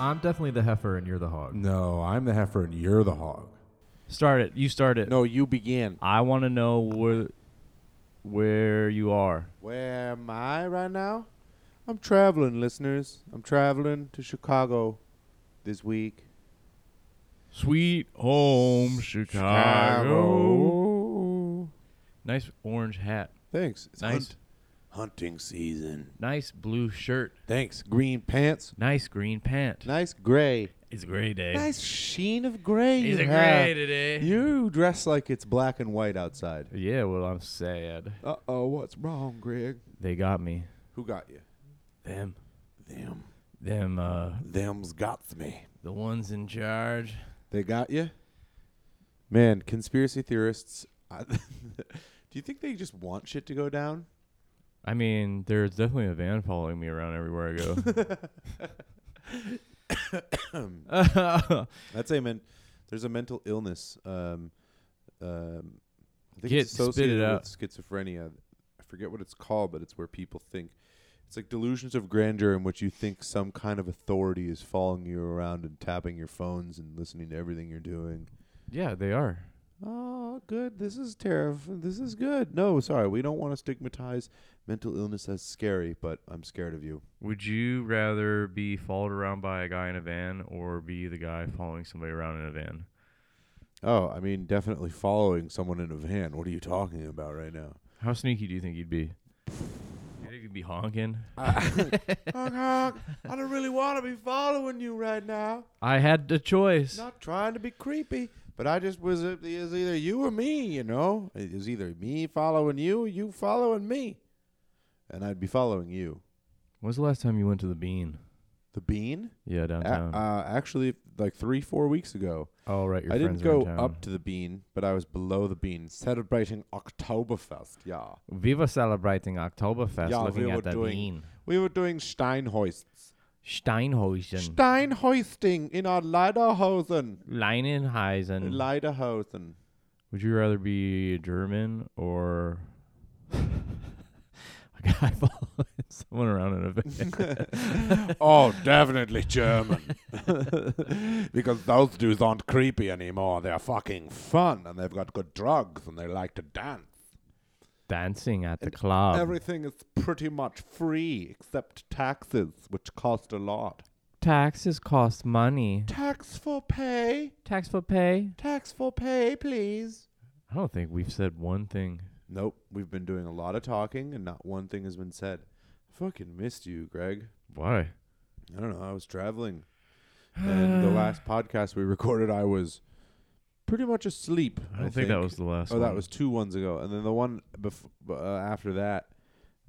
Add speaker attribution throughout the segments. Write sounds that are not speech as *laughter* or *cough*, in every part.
Speaker 1: I'm definitely the heifer and you're the hog.
Speaker 2: No, I'm the heifer and you're the hog.
Speaker 3: Start it. You start it.
Speaker 2: No, oh, you began.
Speaker 3: I want to know where where you are.
Speaker 2: Where am I right now? I'm traveling, listeners. I'm traveling to Chicago this week.
Speaker 3: Sweet home Chicago. Nice orange hat.
Speaker 2: Thanks. It's
Speaker 3: Nice.
Speaker 2: hunt- hunting season.
Speaker 3: Nice blue shirt.
Speaker 2: Thanks. Green pants.
Speaker 3: Nice green pant.
Speaker 2: Nice gray.
Speaker 3: It's a gray day.
Speaker 2: Nice sheen of gray.
Speaker 3: It's
Speaker 2: you
Speaker 3: a
Speaker 2: have.
Speaker 3: gray today.
Speaker 2: You dress like it's black and white outside.
Speaker 3: yeah, well, I'm sad.
Speaker 2: Uh oh, what's wrong, Greg?
Speaker 3: They got me.
Speaker 2: Who got you?
Speaker 3: Them.
Speaker 2: Them.
Speaker 3: Them, uh,
Speaker 2: Them's got me.
Speaker 3: the ones in charge.
Speaker 2: They got you? Man, conspiracy theorists. *laughs* I, do you think they just want shit to go down?
Speaker 3: I mean, there's definitely a van following me around everywhere I *laughs* go. *coughs*
Speaker 2: I'd say, man, there's a mental illness. Um, um, I think
Speaker 3: Get-
Speaker 2: it's
Speaker 3: spit it
Speaker 2: associated
Speaker 3: out.
Speaker 2: with schizophrenia. I forget what it's called, but it's where people think it's like delusions of grandeur in which you think some kind of authority is following you around and tapping your phones and listening to everything you're doing.
Speaker 3: yeah, they are.
Speaker 2: Oh, good. This is terrifying. This is good. No, sorry, we don't want to stigmatize mental illness as scary, but I'm scared of you.
Speaker 3: Would you rather be followed around by a guy in a van or be the guy following somebody around in a van?
Speaker 2: Oh, I mean, definitely following someone in a van. What are you talking about right now?
Speaker 3: How sneaky do you think you'd be? You think you'd be honking?
Speaker 2: *laughs* honk, honk. I don't really want to be following you right now.
Speaker 3: I had the choice.
Speaker 2: Not trying to be creepy, but I just was uh, it is either you or me, you know? It is either me following you or you following me. And I'd be following you.
Speaker 3: When's the last time you went to the Bean?
Speaker 2: The bean?
Speaker 3: Yeah,
Speaker 2: A-
Speaker 3: downtown.
Speaker 2: uh, actually, like three, four weeks ago,
Speaker 3: oh, right. Your
Speaker 2: I didn't
Speaker 3: friends were in
Speaker 2: go
Speaker 3: town.
Speaker 2: up to the bean, but I was below the bean celebrating Oktoberfest. Yeah.
Speaker 3: We were celebrating Oktoberfest
Speaker 2: Yeah,
Speaker 3: looking
Speaker 2: we were
Speaker 3: at the
Speaker 2: doing-
Speaker 3: Bean.
Speaker 2: We were doing Steinhoists.
Speaker 3: Steinhuisen.
Speaker 2: Steinhoisting in our Lederhosen.
Speaker 3: Leinenheisen. *laughs*
Speaker 2: Lederhosen.
Speaker 3: Would you rather be German *laughs* or a guy *laughs* following someone around in a
Speaker 2: *laughs*
Speaker 3: van?
Speaker 2: Oh, definitely German. *laughs* because those dudes aren't creepy anymore. They're fucking fun and they've got good drugs and they like to dance.
Speaker 3: Dancing at the club.
Speaker 2: Everything is pretty much free except taxes, which cost a lot.
Speaker 3: Taxes cost money.
Speaker 2: Tax for pay.
Speaker 3: Tax for pay?
Speaker 2: Tax for pay, please.
Speaker 3: I don't think we've said one thing.
Speaker 2: Nope, we've been doing a lot of talking and not one thing has been said. fucking missed you, Greg.
Speaker 3: Why?
Speaker 2: I don't know. I was traveling,
Speaker 3: *sighs*
Speaker 2: and the last podcast we recorded, I was pretty much asleep.
Speaker 3: I don't think, that was the last
Speaker 2: Oh,
Speaker 3: one.
Speaker 2: that was two ones ago, and then the one bef- uh, after that,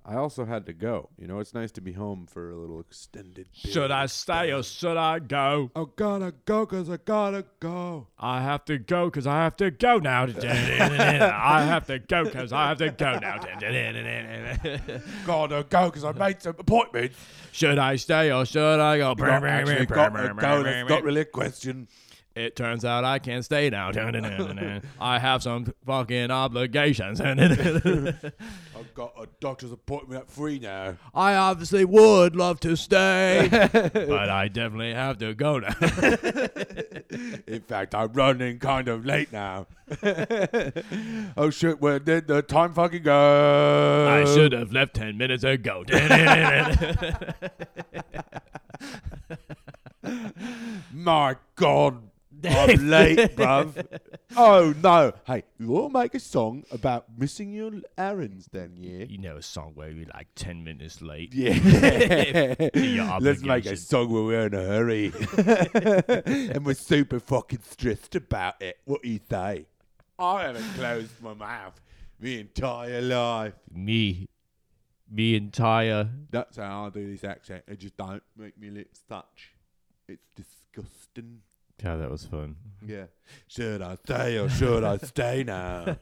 Speaker 2: I also had to go. You know, it's nice to be home for a little extended. period.
Speaker 3: stay or should I go?
Speaker 2: I Oh, gotta go 'cause I gotta go.
Speaker 3: I have to go because I have to go
Speaker 2: *laughs*
Speaker 3: now. I have to go because I have to go
Speaker 2: *laughs*
Speaker 3: now.
Speaker 2: Gotta go 'cause I made some appointments.
Speaker 3: Should I stay or should I go?
Speaker 2: I actually got to go. That's not really a question.
Speaker 3: It turns out I can't stay now. *laughs* I have some fucking obligations. *laughs*
Speaker 2: I've got a doctor's appointment at three now.
Speaker 3: I obviously would love to stay, but I definitely have to go now.
Speaker 2: In fact, I'm running kind of late now. *laughs* oh shit, where did the time fucking go?
Speaker 3: I should have left 10 minutes ago. *laughs*
Speaker 2: My god,
Speaker 3: *laughs*
Speaker 2: I'm late, bruv. Oh no. Hey, you all make a song about missing your errands then, yeah?
Speaker 3: you know a song where you're like 10 minutes late?
Speaker 2: *laughs* Yeah. Let's make a
Speaker 3: obligation.
Speaker 2: song where we're in a hurry. *laughs* and we're super fucking stressed about it. What do you say? I haven't closed my mouth the entire life.
Speaker 3: Me. Me entire.
Speaker 2: That's how I do this accent. It just don't make me lips touch. It's disgusting.
Speaker 3: Yeah, that was fun.
Speaker 2: Yeah. Should I stay or should I stay *laughs* now?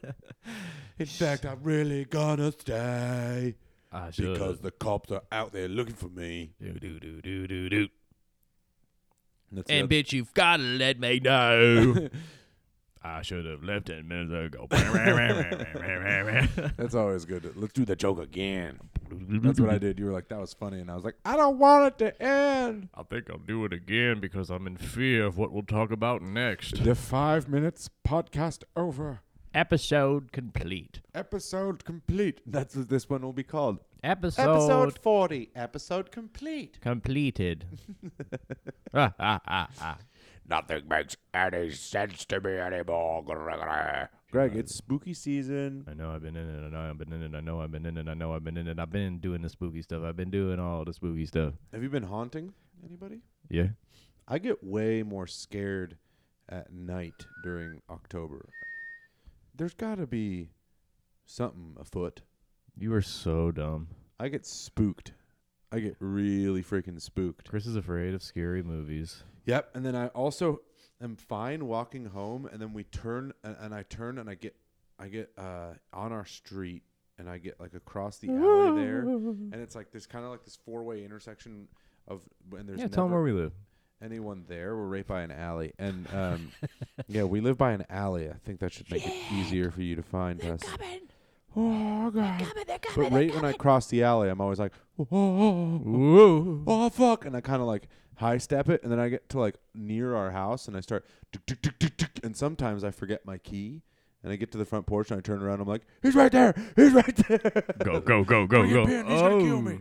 Speaker 2: In fact, I'm really gonna stay
Speaker 3: I should.
Speaker 2: because the cops are out there looking for me.
Speaker 3: do, do, do, do, do, do.
Speaker 2: And that's the
Speaker 3: And bitch, you've gotta let me know. I should have left 10 minutes ago.
Speaker 2: That's always good. Let's do the joke again. That's what I did. You were like, that was funny. And I was like, I don't want it to end.
Speaker 4: I think I'll do it again because I'm in fear of what we'll talk about next.
Speaker 2: The five minutes podcast over.
Speaker 3: Episode complete.
Speaker 2: Episode complete. That's what this one will be called.
Speaker 3: Episode,
Speaker 2: 40. Episode complete. *laughs*
Speaker 3: completed.
Speaker 5: Nothing makes any sense to me anymore, Gregory.
Speaker 2: Greg, it's spooky season.
Speaker 3: I know I've been in it. I know I've been in it. I know I've been in it. I know I've been in it. I've been doing the spooky stuff. I've been doing all the spooky stuff.
Speaker 2: Have you been haunting anybody?
Speaker 3: Yeah.
Speaker 2: I get way more scared at night during October. There's got to be something afoot.
Speaker 3: You are so dumb.
Speaker 2: I get spooked. I get really freaking spooked.
Speaker 3: Chris is afraid of scary movies.
Speaker 2: Yep. And then I also am fine walking home, and then we turn, and, and I turn, and I get, I get uh, on our street, and I get like across the alley there, and it's like there's kind of like this four way intersection of, and there's
Speaker 3: yeah, tell him
Speaker 2: never
Speaker 3: where we live.
Speaker 2: anyone there. We're right by an alley, and um, yeah, we live by an alley. I think that should make it easier for you to find us. Oh god! but right when I cross the alley, I'm always like, oh, oh, oh,
Speaker 3: Whoa.
Speaker 2: oh, fuck, and I kind of like high step it, and then I get to like near our house, and I start, tick, tick, tick, tick, tick, and sometimes I forget my key. And I get to the front porch and I turn around. I'm like, he's right there. He's right there. *laughs*
Speaker 4: Go, go, go, go,
Speaker 2: Bring it
Speaker 4: go.
Speaker 2: in, he's gonna kill me.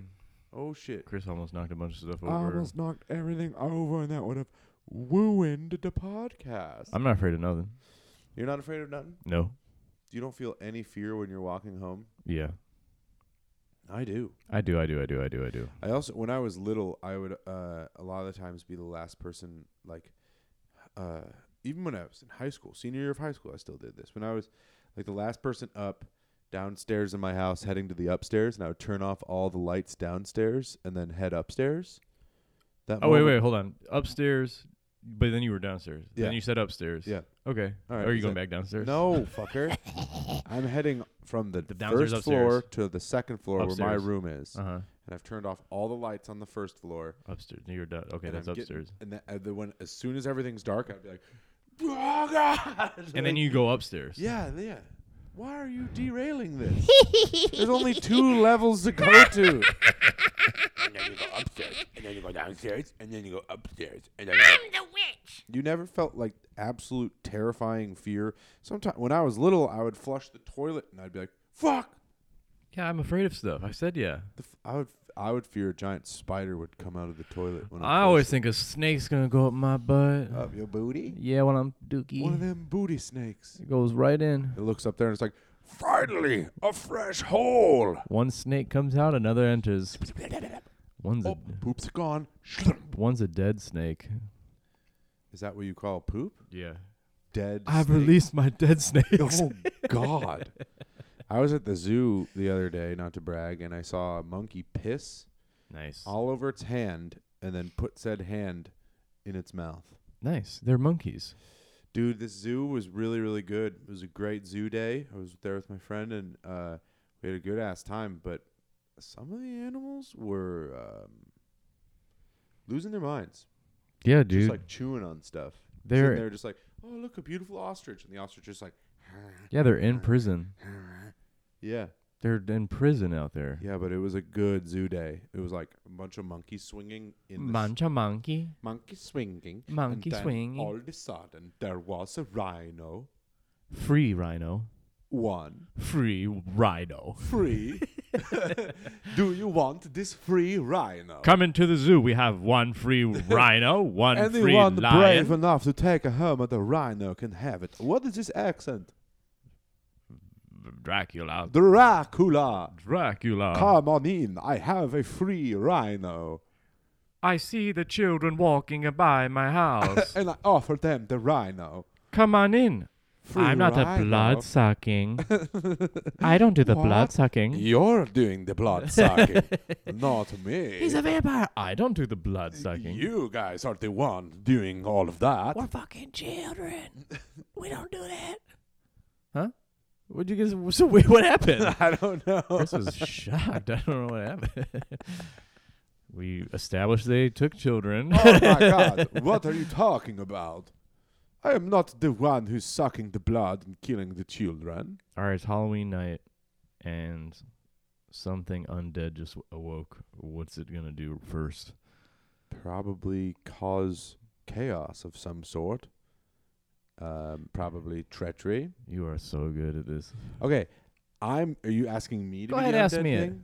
Speaker 2: Oh shit!
Speaker 3: Chris almost knocked a bunch of stuff
Speaker 2: I
Speaker 3: over.
Speaker 2: almost knocked everything over, and that would have ruined the podcast.
Speaker 3: I'm not afraid of nothing.
Speaker 2: You're not afraid of nothing?
Speaker 3: No.
Speaker 2: You don't feel any fear when you're walking home?
Speaker 3: Yeah.
Speaker 2: I do.
Speaker 3: I do, I do, I do, I do, I do.
Speaker 2: I also, when I was little, I would uh, a lot of the times be the last person, like, uh, even when I was in high school, senior year of high school, I still did this. When I was like the last person up downstairs in my house, heading to the upstairs, and I would turn off all the lights downstairs and then head upstairs. That
Speaker 3: Oh wait,
Speaker 2: moment-
Speaker 3: wait, hold on. Upstairs, but then you were downstairs.
Speaker 2: Yeah.
Speaker 3: Then you said upstairs.
Speaker 2: Yeah.
Speaker 3: Okay.
Speaker 2: All right,
Speaker 3: Are
Speaker 2: is
Speaker 3: you going
Speaker 2: that-
Speaker 3: back downstairs?
Speaker 2: No, fucker.
Speaker 3: *laughs*
Speaker 2: I'm heading from the,
Speaker 3: downstairs,
Speaker 2: first floor
Speaker 3: upstairs.
Speaker 2: to the second floor where my
Speaker 3: Upstairs.
Speaker 2: room is,
Speaker 3: Uh huh.
Speaker 2: and I've turned off all the lights on the first floor.
Speaker 3: Upstairs. You're done. Okay,
Speaker 2: and
Speaker 3: that's
Speaker 2: I'm getting-
Speaker 3: upstairs.
Speaker 2: and that, uh, the, when as soon as everything's dark, I'd be like, "Oh god!"
Speaker 3: and then you go upstairs.
Speaker 2: yeah, yeah. Why are you derailing this? There's only two levels to go to.
Speaker 5: And then you go upstairs, and then you go downstairs, and then you go upstairs, and then you go
Speaker 2: You never felt like absolute terrifying fear. Sometimes when I was little, I would flush the toilet and I'd be like, "Fuck!"
Speaker 3: Yeah, I'm afraid of stuff. I said yeah.
Speaker 2: The f- I would I would fear a giant spider would come out of the toilet when
Speaker 3: I
Speaker 2: flushed
Speaker 3: always
Speaker 2: it.
Speaker 3: think a snake's gonna go up my butt.
Speaker 2: up your booty.
Speaker 3: yeah, when I'm dookie,
Speaker 2: One of them booty snakes.
Speaker 3: it goes right in.
Speaker 2: It looks up there and it's like,
Speaker 5: finally a fresh hole.
Speaker 3: One snake comes out, another enters. One's a
Speaker 2: "Oh, poop's gone."
Speaker 3: one's a dead snake.
Speaker 2: Is that what you call poop?
Speaker 3: Yeah.
Speaker 2: Dead.
Speaker 3: I've
Speaker 2: snake?
Speaker 3: released my dead snakes.
Speaker 2: *laughs* Oh God! I was at the zoo the other day, not to brag, and I saw a monkey piss
Speaker 3: Nice.
Speaker 2: all over its hand, and then put said hand in its mouth.
Speaker 3: Nice. They're monkeys.
Speaker 2: Dude, this zoo was really, really good. It was a great zoo day. I was there with my friend, and uh, we had a good ass time. But some of the animals were um, losing their minds,
Speaker 3: Yeah,
Speaker 2: just
Speaker 3: dude.
Speaker 2: like chewing on stuff.
Speaker 3: They're-
Speaker 2: they're just like, "Oh, look, a beautiful ostrich," and the ostrich just like, *laughs*
Speaker 3: yeah, they're in prison.
Speaker 2: "Yeah."
Speaker 3: They're in prison out there.
Speaker 2: Yeah, but it was a good zoo day. It was like a bunch of monkeys swinging in the s-
Speaker 3: Mancha monkey.
Speaker 2: monkey swinging, and
Speaker 3: Monkey
Speaker 2: then
Speaker 3: swinging.
Speaker 2: All of a sudden, there was a rhino,
Speaker 3: Free rhino.
Speaker 2: one
Speaker 3: Free rhino.
Speaker 4: *laughs*
Speaker 2: free. Do you want this free rhino?
Speaker 4: Come into the zoo. We have one
Speaker 2: *laughs*
Speaker 4: free rhino, one free
Speaker 2: Anyone
Speaker 4: lion.
Speaker 2: brave enough to take a home at the rhino can have it. What is this accent?
Speaker 4: Dracula.
Speaker 2: Dracula.
Speaker 4: Dracula.
Speaker 2: Come on in. I have a free
Speaker 4: *laughs*
Speaker 2: rhino,
Speaker 4: I see the children walking by my house.
Speaker 2: *laughs* and I offer them the rhino.
Speaker 4: Come on in.
Speaker 2: Free
Speaker 4: I'm not a
Speaker 2: rhino.
Speaker 4: blood
Speaker 2: *laughs*
Speaker 4: sucking. I don't do the
Speaker 2: What?
Speaker 4: blood sucking.
Speaker 2: You're doing the blood
Speaker 4: *laughs*
Speaker 2: sucking, not me.
Speaker 3: He's a vampire. I don't do the blood sucking.
Speaker 2: You guys are the one doing all of that.
Speaker 3: We're fucking children. we don't do that. Huh? What'd you guys? So wait, what
Speaker 2: *laughs*
Speaker 3: happened?
Speaker 2: *laughs* I don't know.
Speaker 3: Chris was shocked. I don't know what happened. *laughs* we established they took children. *laughs*
Speaker 2: oh *laughs* my god, what are you talking about? I am not the one who's sucking the blood and killing the children.
Speaker 3: All right, it's Halloween night, and something undead just awoke, what's it gonna do first?
Speaker 2: Probably cause chaos of some sort. Um, probably treachery.
Speaker 3: You are so good at this.
Speaker 2: Okay, I'm. Are you asking me to
Speaker 3: Go
Speaker 2: be
Speaker 3: ahead,
Speaker 2: the
Speaker 3: ask
Speaker 2: undead
Speaker 3: me it.
Speaker 2: thing?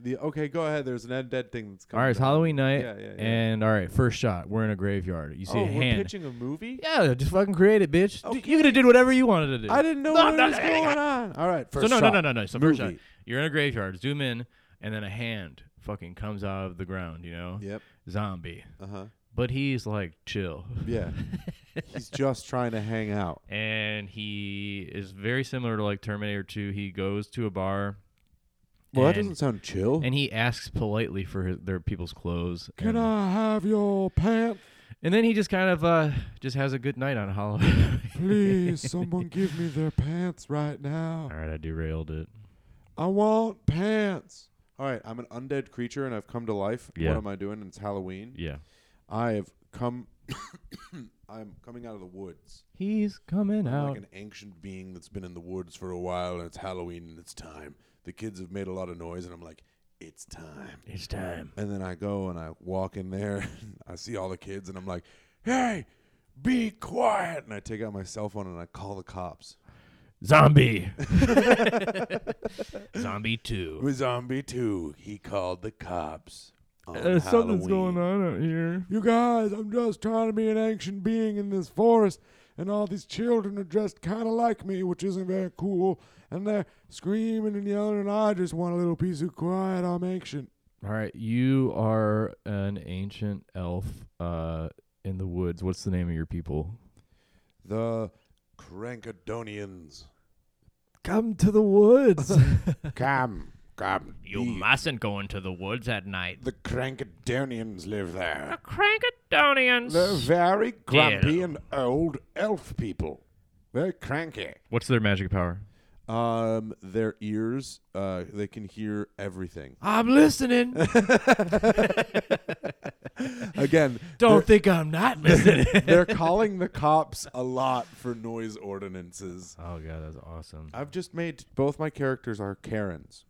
Speaker 2: The okay, go ahead. There's an undead thing that's coming.
Speaker 3: all right, it's
Speaker 2: down.
Speaker 3: Halloween night,
Speaker 2: Yeah, yeah, yeah.
Speaker 3: and all right, first shot. We're in a graveyard. You see
Speaker 2: oh,
Speaker 3: a
Speaker 2: we're
Speaker 3: hand.
Speaker 2: pitching a movie.
Speaker 3: Yeah, just fucking create it, bitch. D- You could have did whatever you wanted to do.
Speaker 2: I didn't know
Speaker 3: No,
Speaker 2: what
Speaker 3: no,
Speaker 2: was
Speaker 3: no, no,
Speaker 2: going on. All right,
Speaker 3: so
Speaker 2: first
Speaker 3: no,
Speaker 2: shot.
Speaker 3: no, no, no, no. So
Speaker 2: movie.
Speaker 3: first shot. You're in a graveyard. Zoom in, and then a hand fucking comes out of the ground. You know,
Speaker 2: Yep.
Speaker 3: zombie.
Speaker 2: Uh huh.
Speaker 3: But he's like chill, *laughs*
Speaker 2: Yeah. He's just trying to hang out.
Speaker 3: and he is very similar to like Terminator 2. He goes to a bar.
Speaker 2: Well, that
Speaker 3: and-
Speaker 2: doesn't sound chill.
Speaker 3: and he asks politely for his, their people's clothes.
Speaker 2: Can
Speaker 3: and,
Speaker 2: I have your pants,
Speaker 3: and then he just kind of uh just has a good night on Halloween.
Speaker 2: please? Someone give me their pants right now.
Speaker 3: *laughs* All right, I derailed it.
Speaker 2: I want pants. All right, I'm an undead creature and I've come to life.
Speaker 3: Yeah.
Speaker 2: What am I doing? It's Halloween.
Speaker 3: Yeah.
Speaker 2: I have come. *coughs* I'm coming out of the woods.
Speaker 3: He's coming
Speaker 2: I'm
Speaker 3: out.
Speaker 2: like an ancient being that's been in the woods for a while, and it's Halloween and it's time. The kids have made a lot of noise, and I'm like, it's time.
Speaker 3: it's time.
Speaker 2: And then I go and I walk in there. *laughs* I see all the kids, and I'm like, hey, be quiet. And I take out my cell phone and I call the cops. *laughs*
Speaker 3: Zombie. *laughs* Zombie 2.
Speaker 2: With Zombie 2, he called the cops. On Halloween.
Speaker 3: Uh, on out here.
Speaker 2: You guys, I'm just trying to be an ancient being in this forest, and all these children are dressed kind of like me, which isn't very cool. And they're screaming and yelling, and I just want a little piece of quiet. I'm ancient.
Speaker 3: All right, you are an ancient elf uh in the woods. What's the name of your people?
Speaker 2: The Crankadonians.
Speaker 1: Come to the
Speaker 3: *laughs*
Speaker 1: woods.
Speaker 2: Come, come.
Speaker 3: mustn't go into the woods at night.
Speaker 2: The Crankadonians live there. They're
Speaker 3: Crankadonians.
Speaker 2: very grumpy
Speaker 3: Ew.
Speaker 2: and old elf people. Very cranky.
Speaker 3: What's their magic power?
Speaker 2: Um, their ears, uh, they can hear everything.
Speaker 1: *laughs*
Speaker 3: I'm listening.
Speaker 2: Again,
Speaker 3: Don't think
Speaker 1: *laughs*
Speaker 3: I'm not listening.
Speaker 2: they're calling the cops a lot for noise ordinances.
Speaker 3: oh god, that's awesome.
Speaker 2: I've just made both my characters are Karens.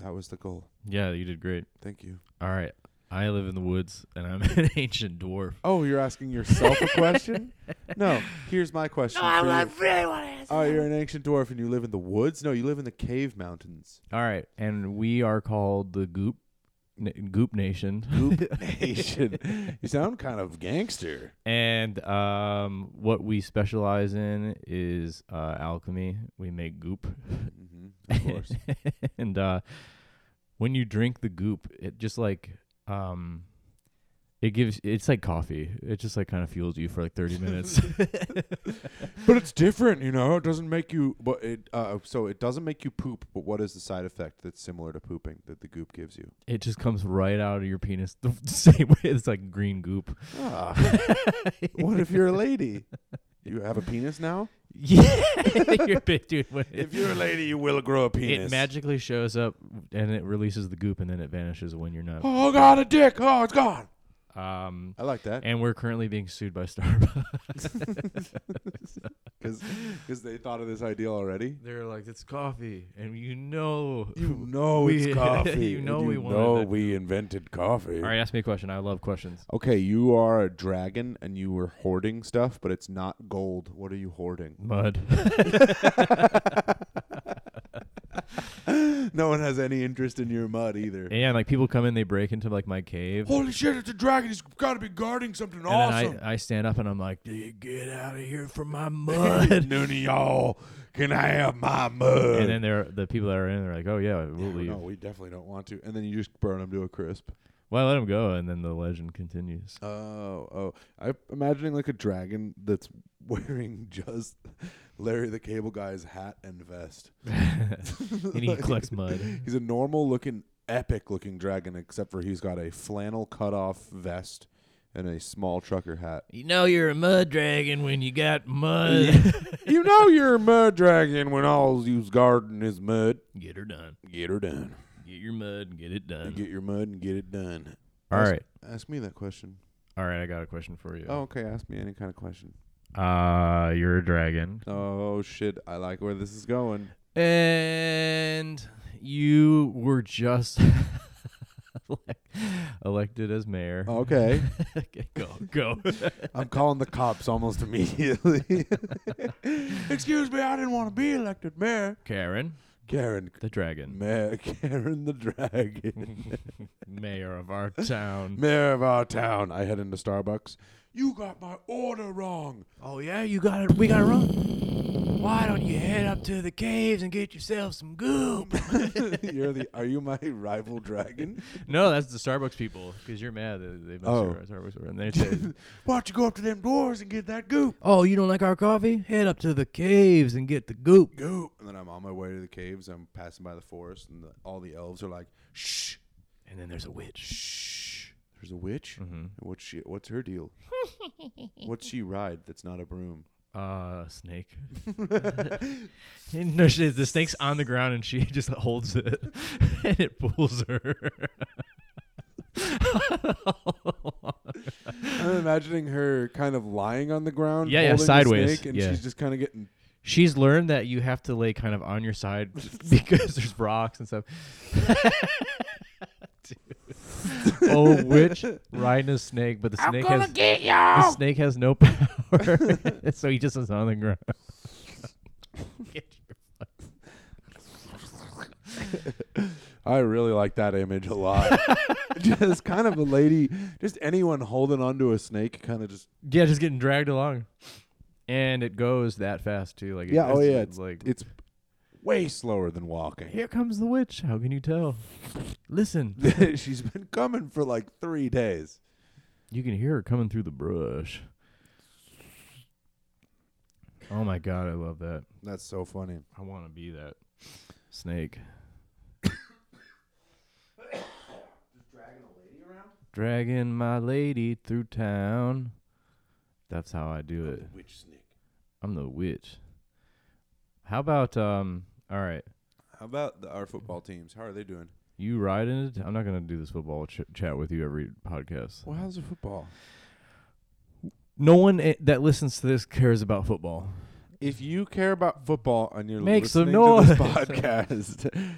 Speaker 2: That was the goal.
Speaker 3: Yeah, you did great.
Speaker 2: Thank you.
Speaker 3: All right. I live in the woods and I'm *laughs* an ancient dwarf.
Speaker 2: Oh, you're asking yourself a *laughs* question? No, here's my question. for you.
Speaker 5: really want to answer.
Speaker 2: Oh, you're an ancient dwarf and you live in the woods? No, you live in the cave mountains.
Speaker 3: All right. And we are called the Goop N- Goop Nation. *laughs*
Speaker 2: *laughs* Goop Nation. You sound kind of gangster.
Speaker 3: and um what we specialize in is uh alchemy. We make goop. *laughs*
Speaker 2: Mm-hmm, of *laughs* course.
Speaker 3: and uh when you drink the goop, it just like um it gives it's like coffee. It just like kind of fuels you for like 30
Speaker 2: *laughs*
Speaker 3: minutes.
Speaker 2: but it's different, you know. It doesn't make you, but it uh, so it doesn't make you poop. But what is the side effect that's similar to pooping that the goop gives you?
Speaker 3: It just comes right out of your penis the *laughs* same way. It's like green
Speaker 2: *laughs*
Speaker 3: goop.
Speaker 2: Ah. what if you're a lady? *laughs* You have a penis now.
Speaker 3: Yeah, *laughs* you're big dude. When it,
Speaker 2: If you're a lady, you will grow a penis.
Speaker 3: it magically shows up and it releases the goop and then it vanishes when you're
Speaker 2: *gasps*
Speaker 3: not.
Speaker 2: oh god, a dick! Oh, it's gone.
Speaker 3: Um,
Speaker 2: I like that
Speaker 3: and we're currently being sued by *laughs* Starbucks.
Speaker 2: because they thought of this idea already.
Speaker 3: They're like, it's coffee, and you know.
Speaker 2: *laughs* You know
Speaker 3: We- *laughs*
Speaker 2: it's coffee.
Speaker 3: you know
Speaker 2: and
Speaker 3: we
Speaker 2: you
Speaker 3: wanted
Speaker 2: know
Speaker 3: that.
Speaker 2: we invented coffee.
Speaker 3: All right, ask me a question. I love questions.
Speaker 2: Okay, you are a dragon and you were hoarding stuff, but it's not gold. What are you hoarding? *laughs*
Speaker 3: Mud.
Speaker 2: No one has any interest in your mud either.
Speaker 3: *laughs* and like people come in, they break into like my cave.
Speaker 2: Holy shit, it's a dragon. He's got to be guarding something
Speaker 3: And then I, I stand up and I'm like, *laughs* get out of here from *laughs* my mud.
Speaker 2: *laughs* None of y'all can I have my mud.
Speaker 3: and then they're the people that are in, they're like, oh yeah, we'll leave.
Speaker 2: no, we definitely don't want to. And then you just burn them to a crisp.
Speaker 3: Well, I let him go, and then the legend continues. *laughs*
Speaker 2: Oh, oh. I'm imagining like a dragon that's *laughs* wearing just Larry the Cable Guy's hat and vest.
Speaker 3: and he collects mud.
Speaker 2: He's a normal looking, epic looking dragon, except for he's got a flannel cut off vest and a small trucker hat.
Speaker 3: *laughs* You know you're a mud dragon when you got mud.
Speaker 2: *laughs* you know you're a mud dragon when all you's garden is mud.
Speaker 3: *laughs* get her done.
Speaker 2: Get her done.
Speaker 3: Get your mud and get it
Speaker 2: You
Speaker 3: done.
Speaker 2: get your mud and get it done.
Speaker 3: All right.
Speaker 2: Ask me that question.
Speaker 3: All right, I got a question for you.
Speaker 2: Oh, okay. Ask me any kind of question.
Speaker 3: Uh, you're a dragon.
Speaker 2: Oh shit! I like where this is going.
Speaker 3: And you were just *laughs* elect- elected as mayor.
Speaker 1: Oh.
Speaker 2: Okay.
Speaker 3: *laughs* Okay, go,
Speaker 1: *laughs*
Speaker 3: go.
Speaker 2: I'm calling the cops almost immediately. *laughs* Excuse me, I didn't want to be elected mayor.
Speaker 3: Karen,
Speaker 2: Karen,
Speaker 3: the dragon,
Speaker 2: mayor, *laughs* Karen the Dragon, *laughs*
Speaker 3: mayor of our town.
Speaker 2: mayor of our town. I head into Starbucks. You got my order wrong.
Speaker 1: Oh yeah, you
Speaker 2: *laughs*
Speaker 1: got it. We gotta run. Why don't you head up to the caves and get yourself some *laughs* goop?
Speaker 2: You're the. Are you my rival dragon?
Speaker 3: No, that's the Starbucks people because you're mad that they messed
Speaker 2: Oh.
Speaker 3: your Starbucks over. And they say,
Speaker 2: *laughs*
Speaker 1: *laughs*
Speaker 2: Why don't you go up to them doors and get that goop?
Speaker 3: "Oh, you don't like our coffee? Head up to the caves and get the goop."
Speaker 2: Goop. And then I'm on my way to the caves. I'm passing by the forest, and the, all the elves are like, "Shh,
Speaker 3: And then there's a witch.
Speaker 2: shh." There's a witch.
Speaker 3: Mm-hmm.
Speaker 2: What's she? What's her deal? what's she ride? That's not a broom.
Speaker 3: Uh,
Speaker 2: *laughs*
Speaker 3: snake. no, she, the snake's on the ground and she *laughs* just holds it and it pulls her.
Speaker 2: I'm imagining her kind of lying on the ground.
Speaker 3: Yeah, yeah,
Speaker 2: holding the
Speaker 3: sideways,
Speaker 2: snake, and
Speaker 3: yeah.
Speaker 2: she's just kind of getting.
Speaker 3: She's learned that you have to lay kind of on your *laughs* side because there's rocks and stuff. *laughs* Dude. *laughs* Oh, witch riding a snake, but the snake has the snake has no *laughs* power, *laughs* so he just is on the ground. Get your
Speaker 2: I really like that image a
Speaker 3: *laughs*
Speaker 2: lot. just kind of a lady, just anyone holding onto a snake, kind of just.
Speaker 3: Yeah, just getting dragged along. And it goes that fast too. Like it-
Speaker 2: Yeah, oh
Speaker 3: it's-
Speaker 2: yeah,
Speaker 3: it's like
Speaker 2: It's way slower than *laughs* walking.
Speaker 3: here comes the witch. How can you tell? Listen,
Speaker 2: she's been coming for like three days.
Speaker 3: you can hear her coming through the brush. Oh my god, I love that.
Speaker 2: That's so funny.
Speaker 3: I want to be that snake. Dragging my lady through town. That's how I do it.
Speaker 5: Witch snake.
Speaker 3: I'm the witch. How about um? All right.
Speaker 2: How about the, our football teams? How are they doing?
Speaker 3: You ride in it. I'm not gonna do this football ch- chat with you every podcast.
Speaker 2: Well, how's the football?
Speaker 3: No one i- that listens to this cares about football.
Speaker 2: If you care about football and you're
Speaker 3: Make some
Speaker 2: listening to this *laughs* podcast,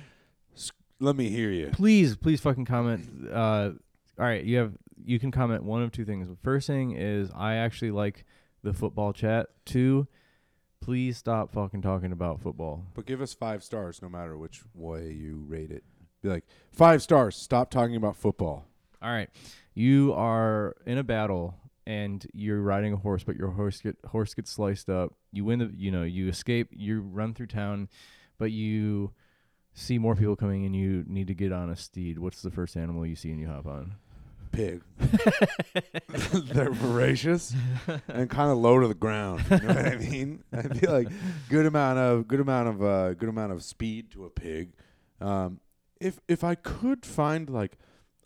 Speaker 2: s- let me hear you.
Speaker 3: Please, please fucking comment. Uh, all right, you have you can comment one of two things. First thing is I actually like the football chat. Two, please stop fucking talking about football.
Speaker 2: But give us five stars, no matter which way you rate it. Be like five stars. Stop talking about football.
Speaker 3: All right, you are in a battle and you're riding a horse, but your horse get horse gets sliced up. You win the, you know, you escape. You run through town, but you see more people coming and you need to get on a steed. What's the first animal you see and you hop on?
Speaker 2: Pig. *laughs* They're voracious and kind of low to the ground. You know
Speaker 3: *laughs*
Speaker 2: what I mean? I feel like good amount of good amount of uh, good amount of speed to a pig. Um, if if I could find like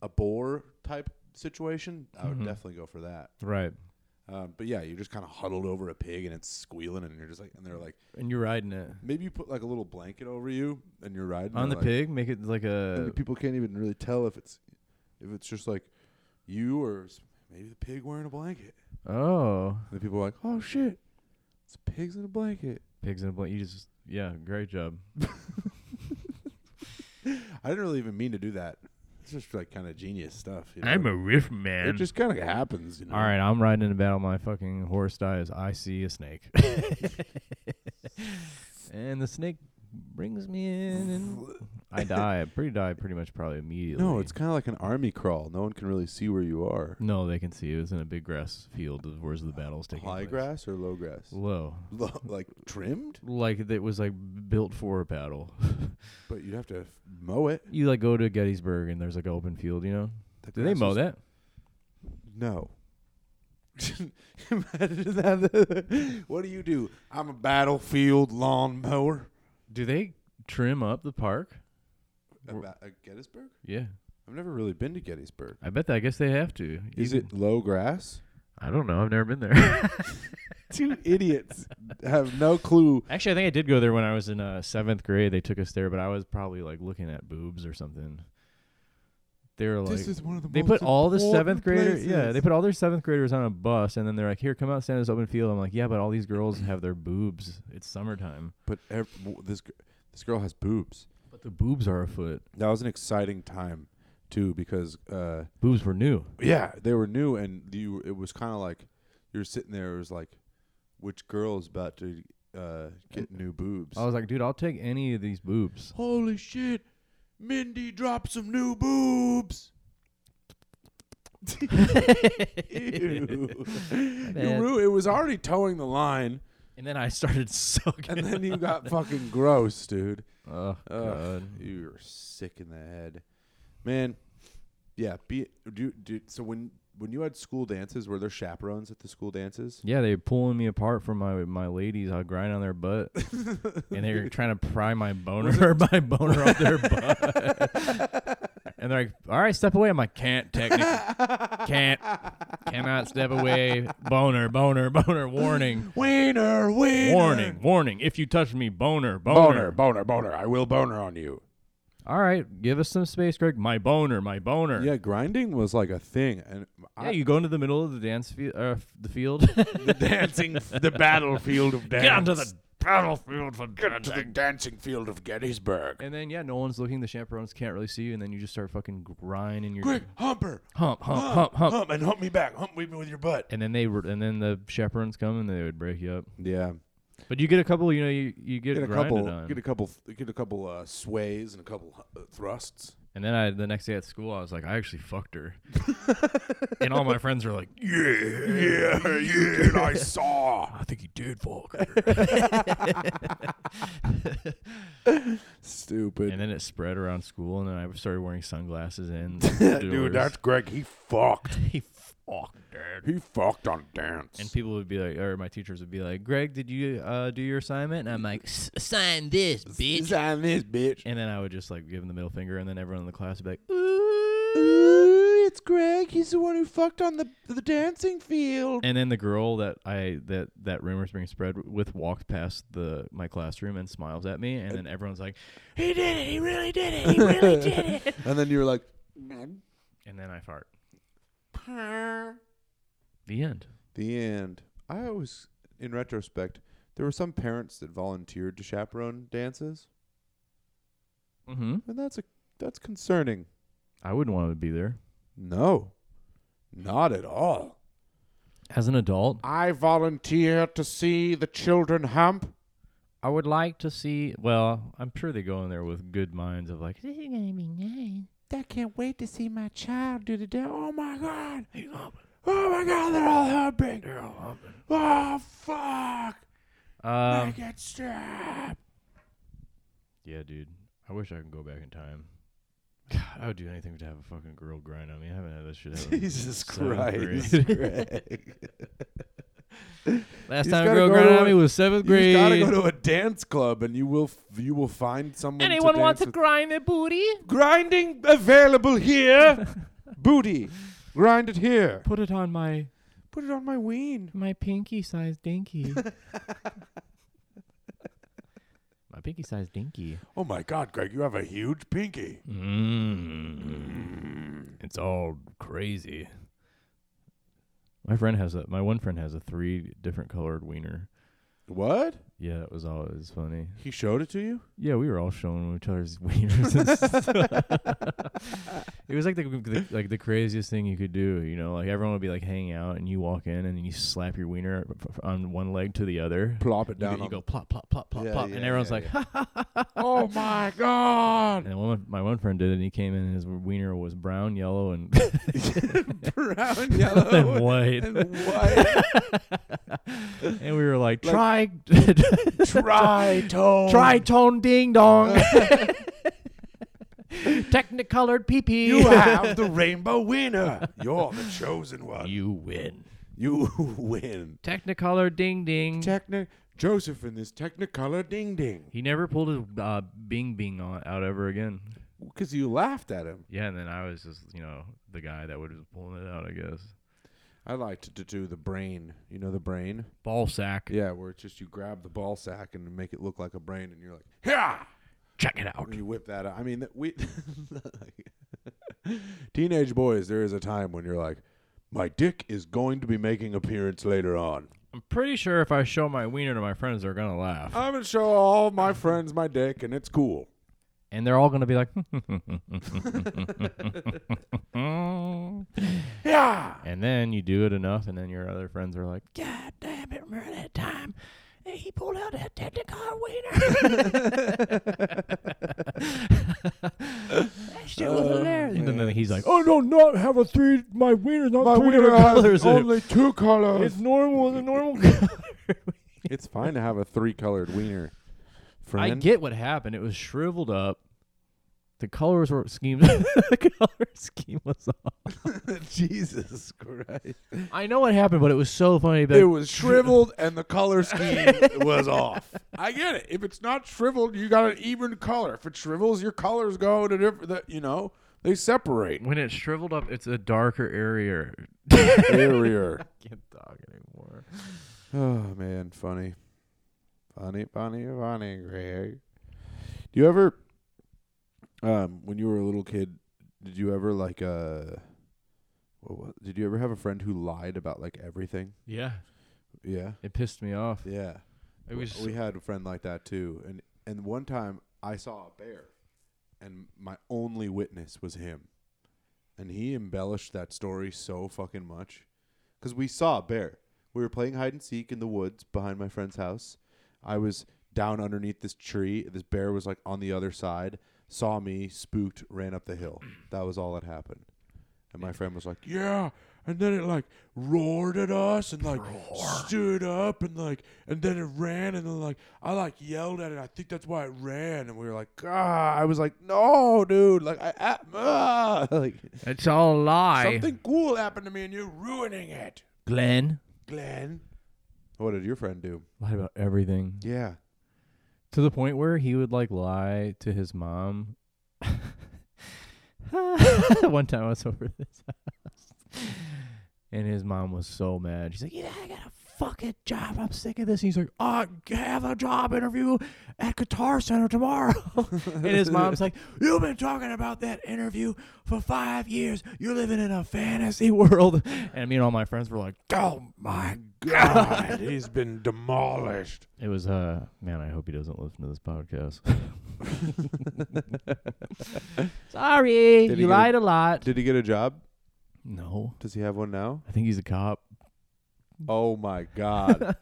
Speaker 2: a boar type situation, I would
Speaker 3: Mhm.
Speaker 2: definitely go for that.
Speaker 3: Right,
Speaker 2: Um, but yeah, you're just kind of huddled over a pig and it's squealing, and you're just like, and they're like,
Speaker 3: and you're riding it
Speaker 2: maybe you put like a little blanket over you, and you're riding
Speaker 3: on the
Speaker 2: they're like-
Speaker 3: pig. Make it like
Speaker 2: and
Speaker 3: a
Speaker 2: the people can't even really tell if it's if it's just like you or s- maybe the pig wearing a blanket.
Speaker 3: oh,
Speaker 2: And the people are like, "Oh shit, it's pigs in a blanket."
Speaker 3: pigs in a blanket. You just yeah, great job.
Speaker 2: I didn't really even mean to do that. It's just like kind of genius stuff. You know?
Speaker 4: I'm a riff man.
Speaker 2: It just kind of happens. You know?
Speaker 3: All right, I'm riding in a battle. My fucking horse dies. I see a
Speaker 2: *laughs*
Speaker 3: snake. and the snake brings me in, and I die. I pretty die pretty much probably immediately.
Speaker 2: No, it's kind of like an army crawl. No one can really see where you are.
Speaker 3: no. They can see it. It was in a big grass field. of Where's the battles taking
Speaker 2: High
Speaker 3: place?
Speaker 2: grass or low grass?
Speaker 3: Low,
Speaker 2: Lo- *laughs* like trimmed,
Speaker 3: like it was like built for a battle. *laughs*
Speaker 2: but you'd have to f- mow it.
Speaker 3: you like go to Gettysburg and there's like an open field. You know?
Speaker 2: The
Speaker 3: Do they
Speaker 2: grass
Speaker 3: mow
Speaker 2: was-
Speaker 3: that?
Speaker 2: No. *laughs* Imagine that. *laughs* what do you do? I'm a battlefield lawn mower.
Speaker 3: Do they trim up the park?
Speaker 2: A
Speaker 3: Wh-
Speaker 2: ba- a Gettysburg?
Speaker 3: Yeah,
Speaker 2: I've never really been to Gettysburg.
Speaker 3: I bet. That, I guess they have to. You
Speaker 2: Is
Speaker 3: could-
Speaker 2: it
Speaker 3: *laughs*
Speaker 2: low grass?
Speaker 3: I don't know. I've never been there.
Speaker 2: *laughs* Two idiots have no clue.
Speaker 3: Actually, I think I did go there when I was in uh, seventh grade. They took us there, but I was probably like looking at boobs or something. They were like,
Speaker 2: this is one of the
Speaker 3: they
Speaker 2: most
Speaker 3: put all the
Speaker 2: important
Speaker 3: seventh graders,
Speaker 2: places.
Speaker 3: yeah, they put all their seventh graders on a bus, and then they're like, "Here, come out, stand in this open field." I'm like, "Yeah, but all these girls have their boobs. It's summertime."
Speaker 2: But ev- w- this gr- this girl has boobs.
Speaker 3: But the boobs are afoot.
Speaker 2: That was an exciting time too because uh,
Speaker 3: Boobs were new.
Speaker 2: yeah, they were new and you it was kind of like you're sitting there it was like which girl's about to uh, get new boobs.
Speaker 3: I was like, dude, I'll take any of these
Speaker 2: *laughs*
Speaker 3: boobs.
Speaker 2: Holy shit. Mindy dropped some new boobs. *laughs*
Speaker 3: *laughs*
Speaker 2: Ew. You
Speaker 3: Man.
Speaker 2: ru- it was already towing the line,
Speaker 3: And then I started *laughs*
Speaker 2: and
Speaker 3: sucking.
Speaker 2: then you
Speaker 3: *laughs*
Speaker 2: got fucking gross, dude.
Speaker 3: oh
Speaker 2: Ugh,
Speaker 3: god.
Speaker 2: You're sick in the head, man. Yeah, be do, do so when when you had school dances, were there chaperones at the school dances?
Speaker 3: Yeah, they were pulling me apart from my my ladies. I grind on their butt, and they were trying to pry my boner or *laughs* my boner off their butt. and they're like, "All right, step away." I'm like, "Can't, technically, can't, cannot step away." Boner, boner, boner. Warning,
Speaker 2: Wiener, wiener.
Speaker 3: warning, warning. If you touch me, boner, boner.
Speaker 5: Boner, boner, boner. I will boner on you.
Speaker 3: All right, give us some space, Greg. My boner, my boner.
Speaker 2: Yeah, grinding was like a thing, and
Speaker 3: Yeah,
Speaker 2: I,
Speaker 3: you go into the middle of the dance field, uh, f- the field. *laughs*
Speaker 5: Dancing, the battlefield of dance.
Speaker 4: Get onto the battlefield for
Speaker 5: Get
Speaker 4: goodness
Speaker 5: to the dancing field of Gettysburg.
Speaker 3: And then yeah, no one's looking. The chaperones can't really see you, and then you just start fucking grinding your
Speaker 5: Quick, humper,
Speaker 3: hump, hump, hump, hump,
Speaker 5: hump, and hump me back. Hump me with your butt.
Speaker 3: And then they were, and then the chaperones come and they would break you up.
Speaker 2: yeah,
Speaker 3: But you get a couple, you know, you, you get,
Speaker 2: get a
Speaker 3: grinded
Speaker 2: couple,
Speaker 3: on.
Speaker 2: get a couple, get a couple uh, sways and a couple uh, thrusts.
Speaker 3: and then I, the next day at school, I was like, I actually fucked her. and all my friends were like,
Speaker 5: Yeah, yeah, you did. I saw.
Speaker 4: I think he did fuck.
Speaker 2: *laughs*
Speaker 4: *laughs*
Speaker 2: Stupid.
Speaker 3: and then it spread around school, and then I started wearing sunglasses and
Speaker 5: Dude,
Speaker 3: doors.
Speaker 5: that's Greg. He fucked.
Speaker 3: *laughs* he fucked, dude.
Speaker 5: He fucked on dance.
Speaker 3: And people would be like, or my teachers would be like, Greg, did you uh, do your assignment? And I'm like, "S- sign this, bitch.
Speaker 2: Sign this, bitch.
Speaker 3: And then I would just like give him the middle finger, and then everyone in the class would be like,
Speaker 2: Ooh, it's Greg. He's the one who fucked on the the dancing field.
Speaker 3: and then the girl that I that that rumors being spread with walked past the my classroom and smiles at me, and then everyone's like, "He did it! He really did it! He
Speaker 2: *laughs*
Speaker 3: really did it!"
Speaker 2: And then you were like,
Speaker 3: And then I fart. The end.
Speaker 2: the end. I always, in retrospect, there were some parents that volunteered to chaperone dances,
Speaker 3: Mm-hmm.
Speaker 2: and that's a that's concerning.
Speaker 3: I wouldn't want to be there
Speaker 2: No, not at all.
Speaker 3: as an adult.
Speaker 2: I volunteer to see the children hump.
Speaker 3: I would like to see. Well, I'm sure they go in there with good minds of like, "This is gonna be nice."
Speaker 2: I can't wait to see my child do the dance. Oh my god! Oh my god! They're all humping. They're all humping. Oh fuck! I
Speaker 3: Um,
Speaker 2: get strapped.
Speaker 3: yeah, dude. I wish I could go back in time. God, I would do anything to have a fucking girl grind on me. I haven't had this shit
Speaker 2: *laughs*
Speaker 3: happen.
Speaker 2: *laughs* Jesus
Speaker 3: Seventh
Speaker 2: Christ! *laughs* Greg.
Speaker 3: Last
Speaker 2: He's
Speaker 3: time a
Speaker 2: gotta
Speaker 3: girl
Speaker 2: go
Speaker 3: grinded
Speaker 2: to
Speaker 3: on
Speaker 2: a-
Speaker 3: me was seventh
Speaker 2: You
Speaker 3: grade.
Speaker 2: just gotta go to a dance club, and you will f- you will find someone. to dance with.
Speaker 3: grind their booty?
Speaker 2: grinding available here? *laughs* Booty, grind it here.
Speaker 3: Put it on my
Speaker 2: Put it on my ween.
Speaker 3: my pinky sized dinky. my pinky sized dinky.
Speaker 5: Oh my God, Greg, you have a huge pinky.
Speaker 3: Mm. It's all crazy. My friend has a my one friend has a three different colored wiener.
Speaker 2: What?
Speaker 3: Yeah, that was always funny.
Speaker 2: He showed it to you?
Speaker 3: Yeah, we were all showing each other's *laughs* wieners. and stuff. *laughs* it was like the, the like the craziest thing you could do. You know, like everyone would be like hanging out, and you walk in and you slap your wiener f- f- on one leg to the other.
Speaker 2: Plop it
Speaker 3: You
Speaker 2: down.
Speaker 3: go- You,
Speaker 2: on
Speaker 3: go plop plop plop plop
Speaker 2: Yeah,
Speaker 3: plop,
Speaker 2: yeah,
Speaker 3: and everyone's
Speaker 2: yeah,
Speaker 3: like,
Speaker 2: yeah. "Ah."
Speaker 5: Oh my God.
Speaker 3: and then one, my one friend did it, and he came in, and his wiener was brown, yellow, and, *laughs*
Speaker 2: *laughs* brown,
Speaker 3: and
Speaker 2: yellow,
Speaker 3: white.
Speaker 2: and white.
Speaker 3: And we were like, try, *laughs*
Speaker 5: Tritone.
Speaker 3: try tone ding
Speaker 2: *laughs*
Speaker 3: dong. *laughs* Technicolored pee pee.
Speaker 5: You have the rainbow winner. You're the chosen one.
Speaker 3: *laughs* you win.
Speaker 2: *laughs*
Speaker 5: You win.
Speaker 3: Technicolor ding ding.
Speaker 2: Technic.
Speaker 5: Joseph in this Technicolor ding ding.
Speaker 3: He never pulled his uh, Bing Bing on, out ever again.
Speaker 2: Because you laughed at him.
Speaker 3: Yeah, and then I was just, you know, the guy that would was pulling it out, I guess.
Speaker 2: I liked to do the brain. You know the brain?
Speaker 3: Ball sack.
Speaker 2: Yeah, where it's just you grab the ball sack and make it look like a brain, and you're like,
Speaker 5: Yeah.
Speaker 3: Check it out.
Speaker 2: when you whip that out. I mean, that we *laughs* teenage boys. There is a time when you're like, my dick is going to be making appearance later on.
Speaker 3: I'm pretty sure if I
Speaker 2: Oh,
Speaker 3: show my wiener to my friends, they're gonna laugh.
Speaker 2: I'm gonna show all my friends my dick, and it's cool.
Speaker 3: and they're all going to be like, *laughs* yeah. And then you do it enough, and then your other friends are like, God damn it! Remember that time that he pulled out that tentacle wiener? *laughs* that shit was
Speaker 4: Oh,
Speaker 3: hilarious. and then he's like, "Oh,
Speaker 4: I do not have a three. *laughs* My wiener's not three different colors. in it.
Speaker 3: *laughs*
Speaker 2: two colors.
Speaker 4: *laughs* It's normal. The normal.
Speaker 2: It's fine to have a three colored wiener. Friend.
Speaker 3: I get what happened. It was shriveled up. The colors were scheme. *laughs* the color scheme was off.
Speaker 2: *laughs* Jesus Christ.
Speaker 3: I know what happened, but it was so funny. That
Speaker 2: it was shriveled and the color scheme was off. I get it. If it's not shriveled, you got an even color. If it shrivels, your colors go to different. The, you know, they separate.
Speaker 3: when it's shriveled up, it's a darker
Speaker 2: *laughs*
Speaker 3: area.
Speaker 2: Barrier.
Speaker 3: Can't talk anymore.
Speaker 2: Oh man, funny, funny, funny, funny, Greg. Do you ever, um, when you were a little kid, did you ever like uh, what was, did you ever have a friend who lied about like everything?
Speaker 3: Yeah,
Speaker 2: Yeah,
Speaker 3: it pissed me off.
Speaker 2: yeah.
Speaker 3: It was
Speaker 2: we had a friend like that too, and and one time I saw a bear, and my only witness was him, and he embellished that story so fucking much, because we saw a bear. We were playing hide and seek in the woods behind my friend's house. I was down underneath this tree. This bear was like on the other side. Saw me, spooked, ran up the hill. That was all that happened. And my friend was like, "Yeah." And then it like roared at us and like stood up and like and then it ran and then like I like yelled at it. I think that's why it ran. And we were like, "Ah!" I was like, "No, dude! Like I ah, ah." *laughs* like
Speaker 3: it's all a lie,
Speaker 2: something cool happened to me and you're ruining it,
Speaker 3: Glenn.
Speaker 2: Glenn." What did your friend do?
Speaker 3: Lied about everything
Speaker 2: Yeah,
Speaker 3: to the point where he would like lie to his mom. *laughs* One time I was over at his house, and his mom was so mad. She's like, "Yeah, I got a fucking job. I'm sick of this." he's like, "I have a job interview at Guitar Center tomorrow." *laughs* and his mom's like, "You've been talking about that interview for five years. You're living in a fantasy world." And me and all my friends were like, "Oh my
Speaker 2: *laughs* God, he's been demolished.
Speaker 3: it was uh man, I hope he doesn't listen to this podcast. *laughs* Sorry,
Speaker 2: Did he
Speaker 3: you
Speaker 2: get a-
Speaker 3: lied a lot.
Speaker 2: Did he get a job?
Speaker 3: No,
Speaker 2: Does he have one now?
Speaker 3: I think he's a cop.
Speaker 2: Oh my *laughs* God,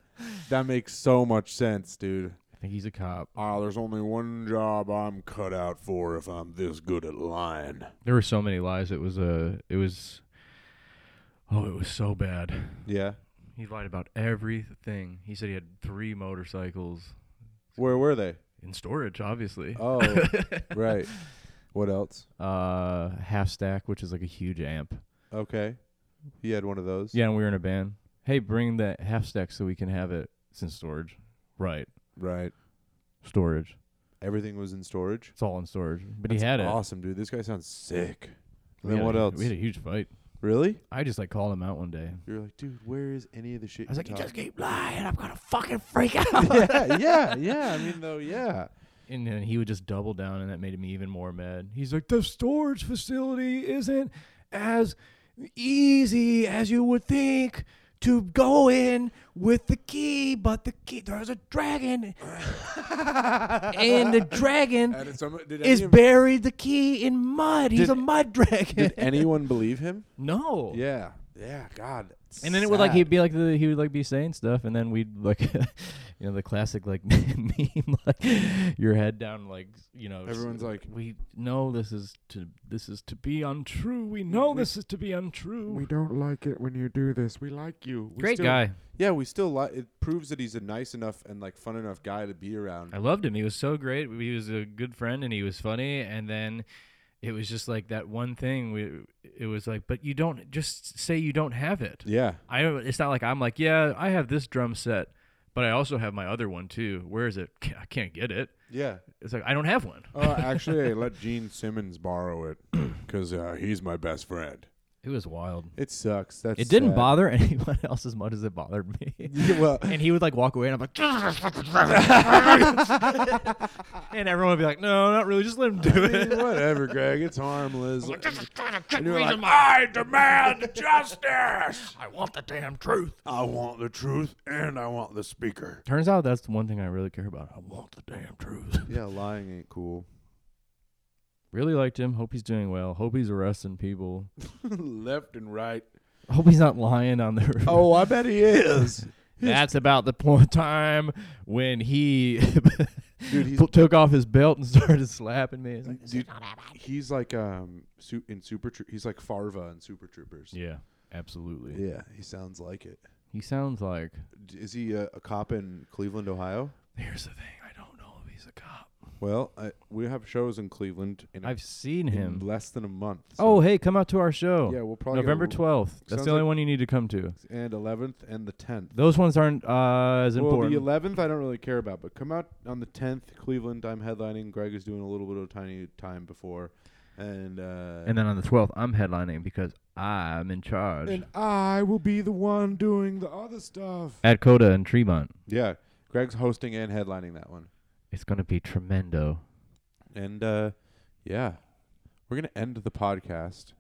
Speaker 2: that makes so much sense, dude.
Speaker 3: I think he's a cop.
Speaker 2: Ah, there's only one job I'm cut out for if I'm this good at lying.
Speaker 3: There were so many lies. It was uh, it was oh, it was so bad.
Speaker 2: Yeah.
Speaker 3: He lied about everything. He said he had three motorcycles
Speaker 2: Where were they?
Speaker 3: in storage, obviously. *laughs*
Speaker 2: Oh, right. What else?
Speaker 3: Uh, half stack, which is like a huge amp.
Speaker 2: Okay. He had one of those.
Speaker 3: Yeah, and we were in a band. Hey, bring that half stack so we can have it. It's in storage. Right,
Speaker 2: Right.
Speaker 3: storage.
Speaker 2: Everything was in storage.
Speaker 3: It's all in storage. But he had it.
Speaker 2: Awesome, dude. This guy sounds sick.
Speaker 3: We
Speaker 2: then
Speaker 3: had
Speaker 2: what
Speaker 3: a-
Speaker 2: else?
Speaker 3: We had a huge fight.
Speaker 2: Really?
Speaker 3: I just like called him out one day.
Speaker 2: You're like, dude, where is any of the shit?
Speaker 3: I was
Speaker 2: you
Speaker 3: like, you
Speaker 2: talk-"
Speaker 3: just keep lying. I'm gonna fucking freak *laughs* out.
Speaker 2: yeah, yeah, yeah. I mean, though, yeah.
Speaker 3: And then he would just double down, and that made me even more mad. He's like, the storage facility isn't as easy as you would think to go in with the key, but the key there's a dragon, *laughs* and
Speaker 2: *laughs*
Speaker 3: the dragon
Speaker 2: did, some, did,
Speaker 3: is
Speaker 2: any of-
Speaker 3: buried the key in mud. He's
Speaker 2: Did-
Speaker 3: a mud dragon.
Speaker 2: did anyone believe him?
Speaker 3: *laughs* no.
Speaker 2: Yeah. Yeah. God.
Speaker 3: And then it would like
Speaker 2: sad.
Speaker 3: he'd be like the, he would like be saying stuff, and then we'd like, *laughs* you know, the classic like *laughs* meme, like your head down, like you know, s-
Speaker 2: Everyone's like,
Speaker 3: we know this is to this is to be untrue. We know this is to be untrue.
Speaker 2: don't like it when you do this. We like you. We
Speaker 3: Great
Speaker 2: still-
Speaker 3: guy,
Speaker 2: Yeah, we still like. It proves that he's a nice enough and like fun enough guy to be around.
Speaker 3: I loved him. He was so great. He was a good friend, and he was funny. And then it was just like that one thing. We it was like, but you don't just say you don't have it.
Speaker 2: Yeah,
Speaker 3: I don't. It's not like I'm like, yeah, I have this drum set, but I also have my other one too. Where is it? I can't get it.
Speaker 2: yeah.
Speaker 3: It's like I don't have one.
Speaker 2: Oh, actually, I let Gene Simmons borrow it *coughs* because uh, he's my best friend.
Speaker 3: It was wild.
Speaker 2: It sucks. That's
Speaker 3: It didn't
Speaker 2: sad.
Speaker 3: bother *laughs* anyone else as much as it bothered me.
Speaker 2: Yeah, *laughs* well,
Speaker 3: *laughs* And he would like walk away, and I'm like, *laughs* and everyone would be like, "No, not really. Just let him *laughs* do it."
Speaker 2: whatever, Greg. It's harmless.
Speaker 5: And
Speaker 2: you're like,
Speaker 5: I demand justice.
Speaker 3: I want the damn truth.
Speaker 5: I want the truth and I want the speaker.
Speaker 3: Turns out that's the one thing I really care about. I want the damn truth.
Speaker 2: yeah, lying ain't cool.
Speaker 3: *laughs* Really liked him. Hope he's doing well. Hope he's arresting people.
Speaker 2: Left and right.
Speaker 3: *laughs* Hope he's not lying *laughs* on the.
Speaker 2: Oh, I bet
Speaker 3: *laughs*
Speaker 2: he is.
Speaker 3: That's about the point time when he *laughs*
Speaker 2: Dude, he's
Speaker 3: took off his belt and started slapping me. It's like,
Speaker 2: dude, he's like um su- in Super Tro- he's like Farva in Super Troopers.
Speaker 3: yeah, absolutely.
Speaker 2: Yeah, he sounds like it.
Speaker 3: He sounds like.
Speaker 2: D- Is he a, a cop in Cleveland, Ohio?
Speaker 3: Here's the thing. I don't know if he's a cop.
Speaker 2: Well, I, we have shows in Cleveland in,
Speaker 3: I've seen
Speaker 2: in
Speaker 3: him.
Speaker 2: less than a month.
Speaker 3: Oh,
Speaker 2: so-
Speaker 3: hey, come out to our show.
Speaker 2: yeah, we'll probably get
Speaker 3: November
Speaker 2: a-
Speaker 3: 12th. That's
Speaker 2: Sounds
Speaker 3: the only
Speaker 2: like-
Speaker 3: one you need to come to.
Speaker 2: and 11th and the 10th.
Speaker 3: Those ones aren't uh, as
Speaker 2: Well,
Speaker 3: important.
Speaker 2: the 11th I don't really care about, but come out on the 10th, Cleveland. I'm headlining. Greg is doing a little bit of tiny time before, and uh,
Speaker 3: and then on the 12th, I'm headlining because I'm in charge
Speaker 2: and I will be the one doing the other stuff.
Speaker 3: at Coda and Tremont.
Speaker 2: Yeah, Greg's hosting and headlining that one,
Speaker 3: It's going to be tremendo.
Speaker 2: and uh, yeah, we're gonna end the podcast